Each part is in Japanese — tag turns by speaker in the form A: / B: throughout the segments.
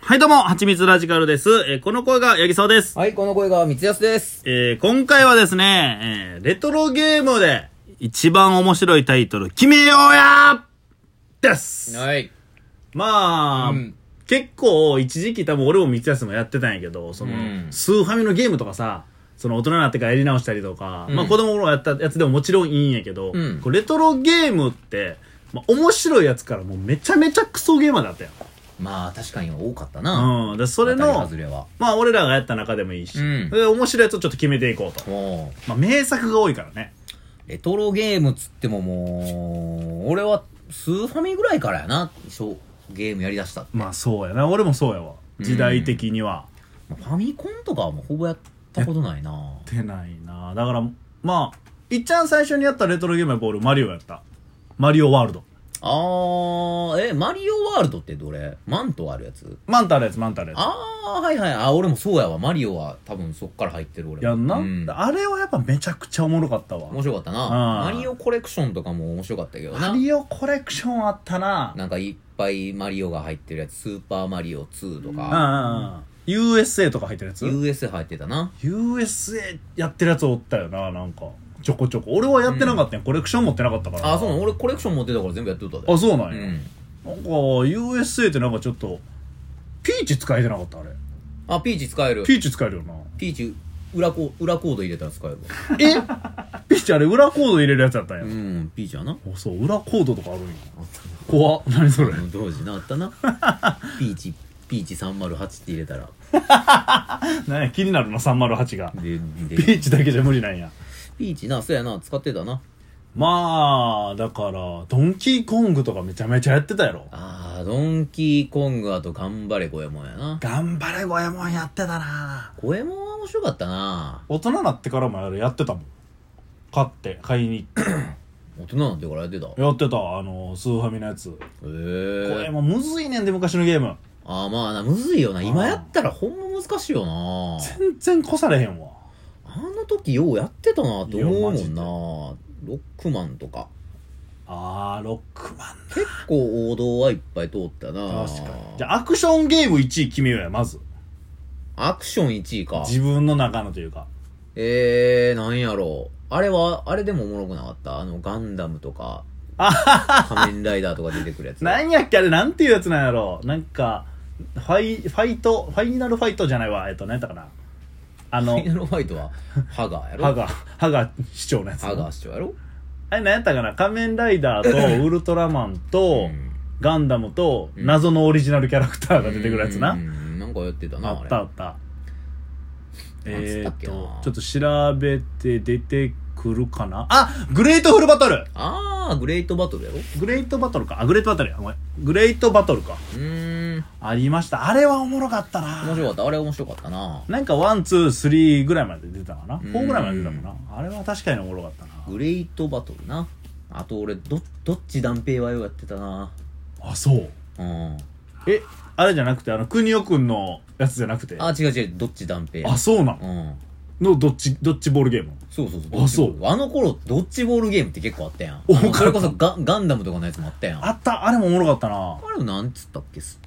A: はいどうも、はちみつラジカルです。えーこの声が八木そうです。
B: はい、この声が三安です。
A: えー今回はですね、えーレトロゲームで一番面白いタイトル、決めようやです
B: はい。
A: まあ、
B: うん
A: 結構一時期多分俺も三安もやってたんやけど、その、
B: うん
A: スーファミのゲームとかさ、その大人になってからやり直したりとか、
B: うん
A: まあ子供の頃やったやつでももちろんいいんやけど、
B: うん
A: こうレトロゲームって、まあ面白いやつからもうめちゃめちゃクソゲーマーだったよ。
B: まあ、確かに多かったな。
A: うん。で、それの、
B: 当たり外れは。
A: まあ俺らがやった中でもいいし、
B: うん
A: で面白いやつをちょっと決めていこうと。
B: もう、
A: まあ名作が多いからね。
B: レトロゲームつってももう、俺は、スーファミぐらいからやな、そうゲームやりだした。
A: まあそうやな。俺もそうやわ。時代的には。
B: まあファミコンとかはもうほぼやったことないな。
A: 出ないな。だから、まあ、いっちゃん最初にやったレトロゲームはボール、マリオやった。マリオワールド。
B: あー、え、マリオワールドってどれマントあるやつ
A: マンタのやつ、マンタのやつ。
B: あー、はいはい。あ、俺もそうやわ。マリオは多分そっから入ってる俺も。
A: やんな、
B: うん
A: あれはやっぱめちゃくちゃおもろかったわ。
B: 面白かった
A: あ
B: な。マ
A: ー
B: リオコレクションとかも面白かったけどな。
A: マリオコレクションあったな。
B: なんかいっぱいマリオが入ってるやつ、スーパーマリオ2と
A: う
B: か、
A: んうんうん。USA とか入ってるやつ
B: US 入ってたな。
A: USA やってるやつおったよな、なんか。ちょこちょこ。俺はやってなかったよ、コレクション持ってなかったから。
B: あ、そうなの俺コレクション持ってたから全部やってたで。
A: あ、そうなん
B: う
A: や。
B: ん。
A: なんか、USA ってなんかちょっと、ピーチ使えてなかった、あれ。
B: あ、ピーチ使える。
A: ピーチ使えるよな。
B: ピーチ、裏コ裏コード入れたら使えるわ。
A: えピーチあれ裏コード入れるやつだったんや
B: う。ん、ピーチはな。
A: あそう、裏コードとかあるんや。怖っ。何それ。
B: うん当時な、あったな。ピーチ、ピーチ308って入れたら。
A: 何や、気になるの、308が。
B: で、
A: ピ
B: で、
A: ーチだけじゃ無理なんや。
B: ピーチな、そうやな、使ってたな。
A: まあ、だから、ドンキーコングとかめちゃめちゃやってたやろ。
B: あー、ドンキーコングあと頑張れゴエモンやな。
A: 頑張れ、ゴエモンやってたな
B: ゴエモンは面白かったな。
A: 大人になってからもやるやってたもん。買って、買いに行っ
B: 大人になってからやってた。へ
A: て。やってた、あの、スーファミのやつ。
B: え
A: こ
B: ー。
A: れもむずいねんで、昔のゲーム。
B: ああまあなむずいよな今やったらほんま難しいよな
A: 全然越されへんわ。
B: あの時ようやってたなって思うも
A: いや
B: んなロックマンとか
A: あー、ロックマン
B: 結構王道はいっぱい通ったな
A: 確かに。じゃあ、アクションゲーム1位決めようや、まず。
B: アクション1位か
A: 自分の中のというか。
B: えー、なんやろうあれはあれでもおもろくなかったあのガンダムとか 仮面ライダーとか出てくるやつ
A: なんやっけ、あれ、なんていうやつなんやろなんか、ファイ、ファイト、ファイナルファイトじゃないわ。えっと、何やったかな。あ
B: ファ
A: の
B: イ、ナルファイ トはハガーやろ
A: ハガ、ハガ市長のやつ。
B: ハガー市長やろ
A: あれ、何やったかな。仮面ライダ ーと、ウルトラマンと、ガンダムと、
B: うん
A: 謎のオリジナルキャラクターが出てくるやつ
B: う
A: な。
B: んなんかやってたな
A: あ
B: あ
A: っ
B: れ
A: たあった。
B: なんつっ
A: え
B: た
A: ー
B: っ
A: っ
B: けな
A: と、ちょっと調べて出てくるかな。あグレートフルバトル
B: ああグレートバトルやろう
A: グレートバトルか。あ、グレートバトルや。ごめん。グレートバトルか。
B: ーん
A: ありました。あれはおもろかったな。
B: 面白かったあれ面白かったな
A: なんか、ワン、ツー、スリーぐらいまで出たかな。フ
B: ん
A: ォーぐらいまで出たかな。あれは確かにおもろかったな。
B: グレートバトルなあと俺どどっち断平はようやってたな
A: あ、そう。
B: うん
A: え、あれじゃなくて、あの、国尾くんのやつじゃなくて。
B: あ違う違うどっち断平
A: あそうな
B: う
A: の
B: ん
A: の、どっち、どっちボールゲーム
B: そうそうそう
A: あそう
B: ドッジボールあの頃ドッジボールゲームって結構あったやん
A: 多かった
B: あのそれこそガガンダムとかのやつもあったやん
A: あ
B: あ
A: った。あれもおもろかったな。
B: れなんつったっけす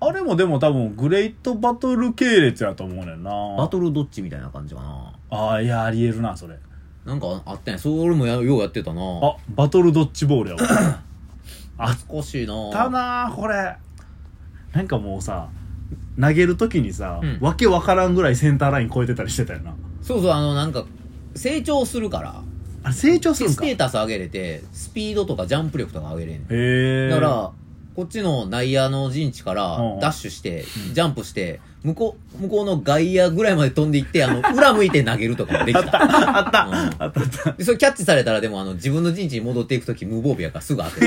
A: あれもでも多分、グレートバトル系列やと思うねんな。
B: バトルドッジみたいな感じかな
A: ああ、いや、ありえるな、それ。
B: なんかあったやんそれ俺もやようやってたな
A: あ、バトルドッジボールやわ。
B: 懐かしいな
A: あったなあこれなんかもうさ投げるときにさ、
B: うん
A: わけわからんぐらいセンターライン超えてたりしてたよな
B: そうそうあのなんか成長するから
A: あれ成長するん
B: ス
A: か
B: テ
A: へ
B: ータス上げれてスピードとかジャンプ力とか上げれんねん
A: え
B: だから、こっちの内野の陣地から
A: うんうん
B: ダッシュして、ジャンプして、向こう、向こうの外野ぐらいまで飛んでいって、あの、裏向いて投げるとかもできた。
A: あった、
B: うん
A: あったあった
B: でそれキャッチされたら、でもあの、自分の陣地に戻っていくとき無防備やからすぐ当てる。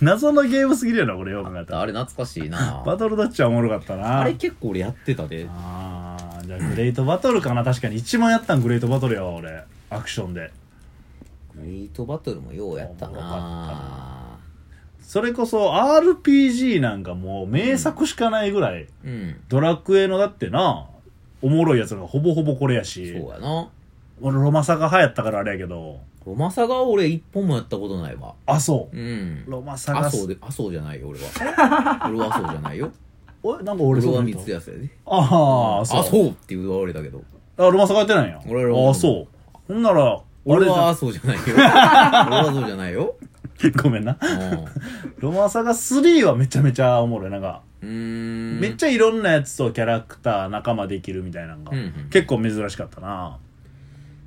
A: 謎のゲームすぎるよなこれよく考えたら
B: あれ懐かしいな
A: バトルドッジはおもろかったな
B: あれ結構俺やってたで。
A: あーじゃあグレートバトルかな確かに一番やったんグレートバトルやわ俺アクションで
B: グレートバトルもようやった
A: おもろか
B: な
A: それこそ RPG なんかもう名作しかないぐらい、
B: うん。
A: ドラクエのだってなおもろいやつがほぼほぼこれやし
B: そうやな。
A: 俺ロマサガ流行ったからあれやけど
B: ロマサガは俺一本もやったことないわ。
A: あそう
B: うん。
A: ロマサ
B: 麻
A: ガ
B: 生
A: す
B: で、麻生じゃないよ、俺は。俺は麻生じゃないよ。
A: おなんか俺
B: 俺
A: そう
B: は
A: 見
B: 三
A: た
B: つやつやで。
A: ああ、
B: あ、
A: そう。
B: そうって言われたけど。
A: あ、ロマサガやってないんや。
B: 俺はロマサガ
A: あ、そう。ほんなら、あれ
B: 俺
A: じゃん
B: は、そうじゃ ないよ。俺はそうじゃないよ。
A: ごめん な。ロマサガ3はめちゃめちゃおもろい。なんか、
B: うん。うーん。
A: めっちゃいろんなやつとキャラクター、仲間できるみたいなのが、
B: うんうん
A: 結構珍しかったな。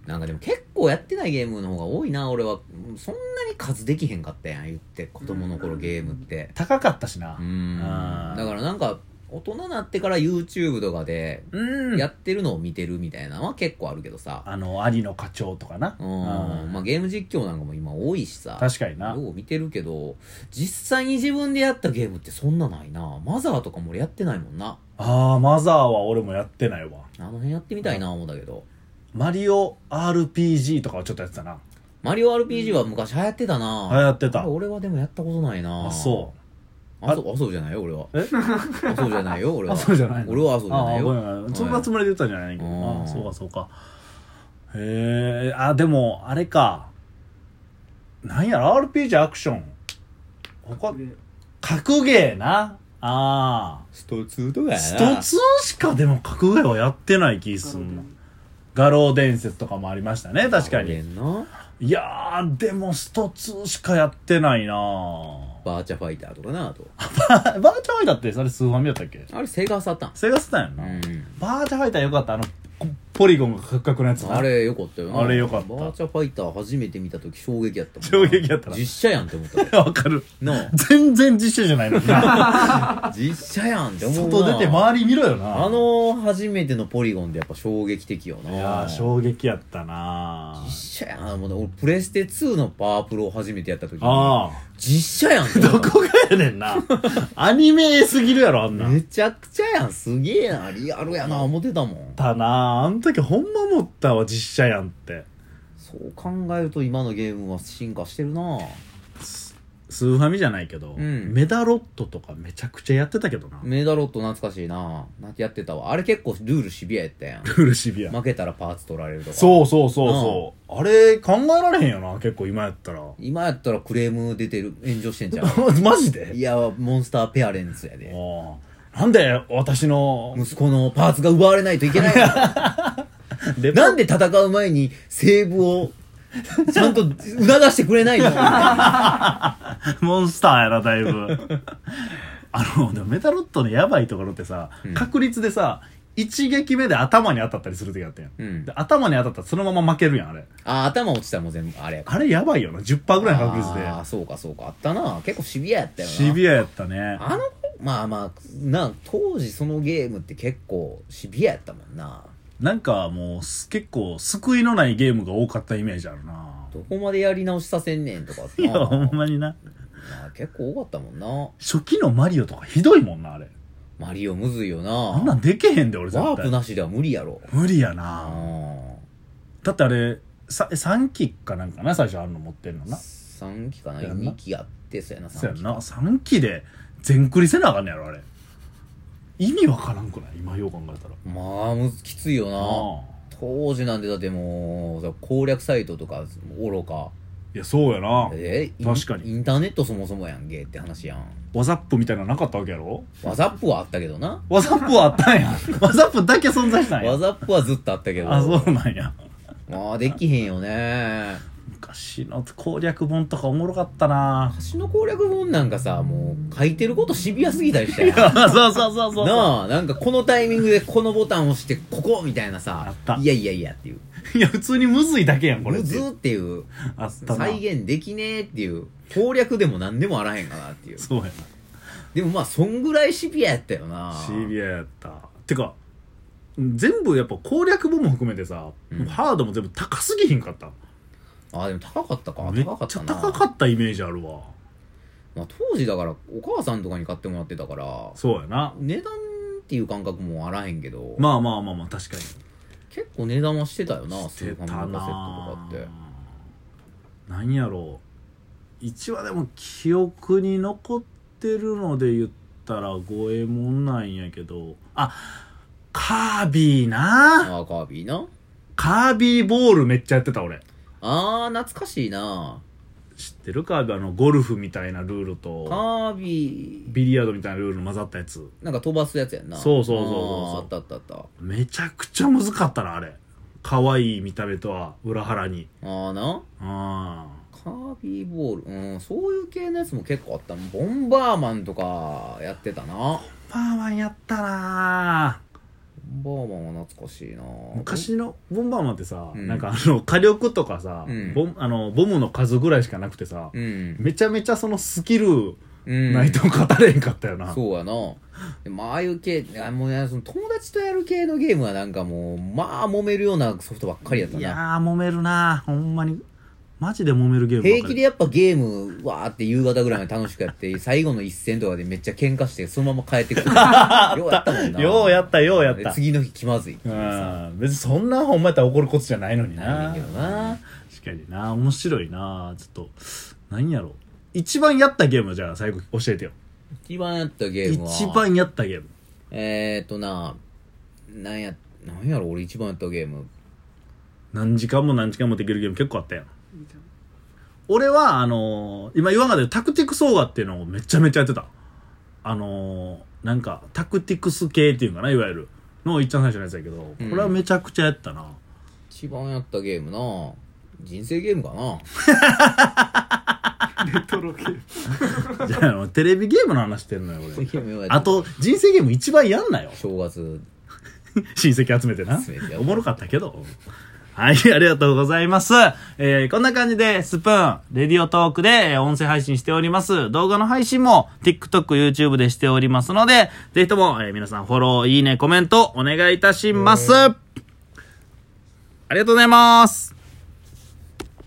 B: なんかでも結構やってないゲームの方が多いな、俺は。そんなに数できへんかったやん、言って。子供の頃ゲームって。
A: 高かったしな
B: う。ん。
A: あー
B: だからなんか、大人になってから YouTube とかで、
A: うん。
B: やってるのを見てるみたいなのは結構あるけどさ。
A: あの、有野課長とかな。
B: うん。
A: うん
B: まあゲーム実況なんかも今多いしさ。
A: 確かにな。
B: よう見てるけど、実際に自分でやったゲームってそんなないな。マザーとかも俺やってないもんな。
A: ああ、マザーは俺もやってないわ。
B: あの辺やってみたいな思ったけど。
A: マリオ RPG とかはちょっとやってたな。
B: マリオ RPG は昔流行ってたな。
A: 流行ってた
B: あれ俺はでもやったことないな。。
A: あ、そう
B: あ、そう、あそうじゃないよ、俺は。
A: え
B: あそうじゃないよ、
A: う。
B: 俺は。
A: あ、そうじゃないの
B: 俺はあそうじゃない
A: あごめ
B: よ。
A: んごめんそんなつもりで言ったんじゃないけど。
B: うん
A: あそうか、そうか。へえ、あ、でも、あれか。なんやろ、RPG アクション。他、格ゲーな。あ
B: スト2とか
A: あ。ストツーしかでも格ゲーはやってない気すんな。画廊伝説とかもありましたね、確かに。
B: な。
A: いやー、でもストツーしかやってないなぁ。
B: バーチャファイターとかな、あと。
A: バーチャファイターってそれスーファミだったっけ
B: あれ、セガサタン。
A: セガスタやん
B: う
A: な。
B: ん。な
A: バーチャファイターよかった。あの、こポリゴンがカクカクのやつな
B: あれよかったよな
A: あれよかった
B: バーチャファイター初めて見た時衝撃やったもん
A: 衝
B: な
A: 撃やったな
B: 実写やんって思った
A: わかる。
B: な
A: 全然実写じゃないのにな。
B: あ実写やんって思うな
A: 外出て周り見ろよな。
B: あ、の初めてのポリゴンでやっぱ衝撃的よない
A: やー、衝撃やったな
B: 実写やなもう俺プレステ2のパワープロを初めてやった時に
A: あ
B: 実写やんって
A: あ。
B: 思
A: ど
B: った
A: こがやね んな。アニメすぎるやろ、あんな。
B: めちゃくちゃやんすげえなリアルやな思ってたもん
A: たなああの時ほんま思ったわ、実写やんって。
B: そう考えると今のゲームは進化してるな
A: スーファミじゃないけど、
B: うん
A: メダロットとかめちゃくちゃやってたけどな。
B: メダロット懐かしいななんてやってたわあれ結構ルールシビアやったやん
A: ルールシビア。
B: 負けたらパーツ取られるとか
A: そうそうそうそう。あれ、考えられへんよな、結構今やったら。
B: 今やったらクレーム出てる炎上してんじゃん
A: マジで
B: いやモンスターペアレンツやで
A: ああなんで私の、
B: 息子のパーツが奪われないといけないの
A: レポ
B: なんで戦う前にセーブをちゃんと促してくれな いの
A: モンスターやな、だいぶ。 あの、でもメタロットのやばいところってさ、
B: うん
A: 確率でさ、一撃目で頭に当たったりする時あったやん。
B: うん
A: で、頭に当たったらそのまま負けるやん、あれ。
B: あ頭落ちたらもう全部あれやか
A: あれやばいよな、10%ぐらいの確率
B: ああそうかそうかあったな結構シビアやった
A: で。
B: よな
A: シビアやったね。
B: あのまあまあな当時そのゲームって結構シビアやったもんな
A: なんかもう、す結構、救いのないゲームが多かったイメージあるな。
B: どこまでやり直しさせんねんとか
A: いや、ほん
B: ま
A: まにな。
B: あ、結構多かったもんな
A: 初期のマリオとかひどいもんな、あれ。
B: マリオむずいよな
A: あんなんでけへんで、俺絶
B: ワープ
A: 対。
B: なしでは無理やろ
A: 無理や
B: う
A: な。
B: ん
A: だってあれ、さ3機かなんかな、最初あるの持ってんのな。
B: 3期かな
A: やんな
B: 2期やってそうやな
A: そう
B: 3
A: や
B: 期
A: んな3期で全クリせなあかんねやろあれ意味わからんくない今よう考えたら
B: まあむずきついよな
A: あ
B: 当時なんてだってもう攻略サイトとか愚か
A: いやそうやな
B: えイン
A: 確かに
B: インターネットそもそもやんけって話やん
A: ワザップみたいなのなかったわけやろ
B: ワザップはあったけどな
A: ワザップはあった んやワザップだけ存在したん
B: ワ
A: や
B: ザップはずっとあったけど
A: あそうなんや
B: まあできへんよね
A: 昔の攻略本とかおもろかったな
B: 橋の攻略本なんかさもう書いてることシビアすぎたりしたやん
A: あ そうそうそうそう
B: なあなんかこのタイミングでこのボタンを押してここみたいな
A: あ
B: さ
A: った
B: いやいやいやっていう
A: いや普通にむずいだけやんこれ
B: むずーっていう
A: あったな
B: 再現できねえっていう攻略でも何でもあらへんかなっていう
A: そうやな
B: でもまあそんぐらいシビアやったよな
A: シビアやったてか全部やっぱ攻略本も含めてさ、
B: うん
A: ハードも全部高すぎひんかった
B: あでも高かったか
A: めっ
B: 高かっ
A: ち
B: た
A: ゃ
B: な
A: 高かったイメージあるわ
B: まあ、当時だからお母さんとかに買ってもらってたから
A: そうやな
B: 値段っていう感覚もあらへんけど、
A: まあまあまあまあ確かに
B: 結構値段はしてたよな
A: してた
B: スーファミのカセ
A: な
B: ットとかって
A: なんやろう一話でも記憶に残ってるので言ったら五右衛門なんやけどあカービィな
B: ああカービィな
A: カービィボールめっちゃやってた俺
B: ああ懐かしいな
A: 知ってるカービィあのゴルフみたいなルール
B: カ
A: と
B: ービィ
A: ビリヤードみたいなルール混ざったやつ
B: なんか飛ばすやつやんな
A: そうそうそうそう
B: あーあったあったあった
A: めちゃくちゃ難かったなあれ可愛い見た目とは裏腹に
B: ああな
A: あ
B: カービィボールうんそういう系のやつも結構あったボンバーマンとかやってたな
A: ーボンバーマンやったなー
B: ボンバーマンは懐かしいな
A: 昔のボンバーマンってさ、
B: うん
A: なんかあの火力とかさ、
B: うん
A: ボンあのボムの数ぐらいしかなくてさ、
B: うん、
A: めちゃめちゃそのスキル
B: うん、
A: ないと語れんかったよな、
B: そうやなでもああいう系あもうねその友達とやる系のゲームはなんかもうまあ揉めるようなソフトばっかりやった
A: いや
B: な
A: ー揉めるなほんまにマジで揉めるゲームばっ
B: 平
A: か
B: 気
A: り
B: でやっぱゲームわーって夕方ぐらいまで楽しくやって 最後の一戦とかでめっちゃ喧嘩してそのまま帰ってくるようやったもんな
A: ようやったようやった
B: で次の日気まずい
A: うん別にそんなほんまやったら怒ることじゃないのに
B: な
A: なん
B: やけどな
A: 確かにな面白いなちょっと何やろう一番やったゲームじゃあ最後教えてよ
B: 一番やったゲームは
A: 一番やったゲーム
B: えーっとななんやなんやろ俺一番やったゲーム
A: 何時間も何時間もできるゲーム結構あったやん俺はあのー今言わんかったけどタクティクスオーガっていうのをめちゃめちゃやってたあのーなんかタクティクス系っていうのかないわゆるの一番最初のやつやけどこ
B: うん
A: れはめちゃくちゃやったな、
B: 一番やったゲームな人生ゲームか な
C: レトロゲーム
A: じゃああのテレビゲームの話してんのよ 俺あ
B: あ
A: と人生ゲーム一番やんなよ
B: 正月
A: 親戚集めてな
B: 集めてやる
A: おもろかったけどはい、ありがとうございます。えーこんな感じで、スプーン、レディオトークで、えー音声配信しております。動画の配信も、TikTok、YouTube でしておりますので、ぜひとも、えー皆さん、フォロー、いいね、コメント、お願いいたします。ありがとうございます。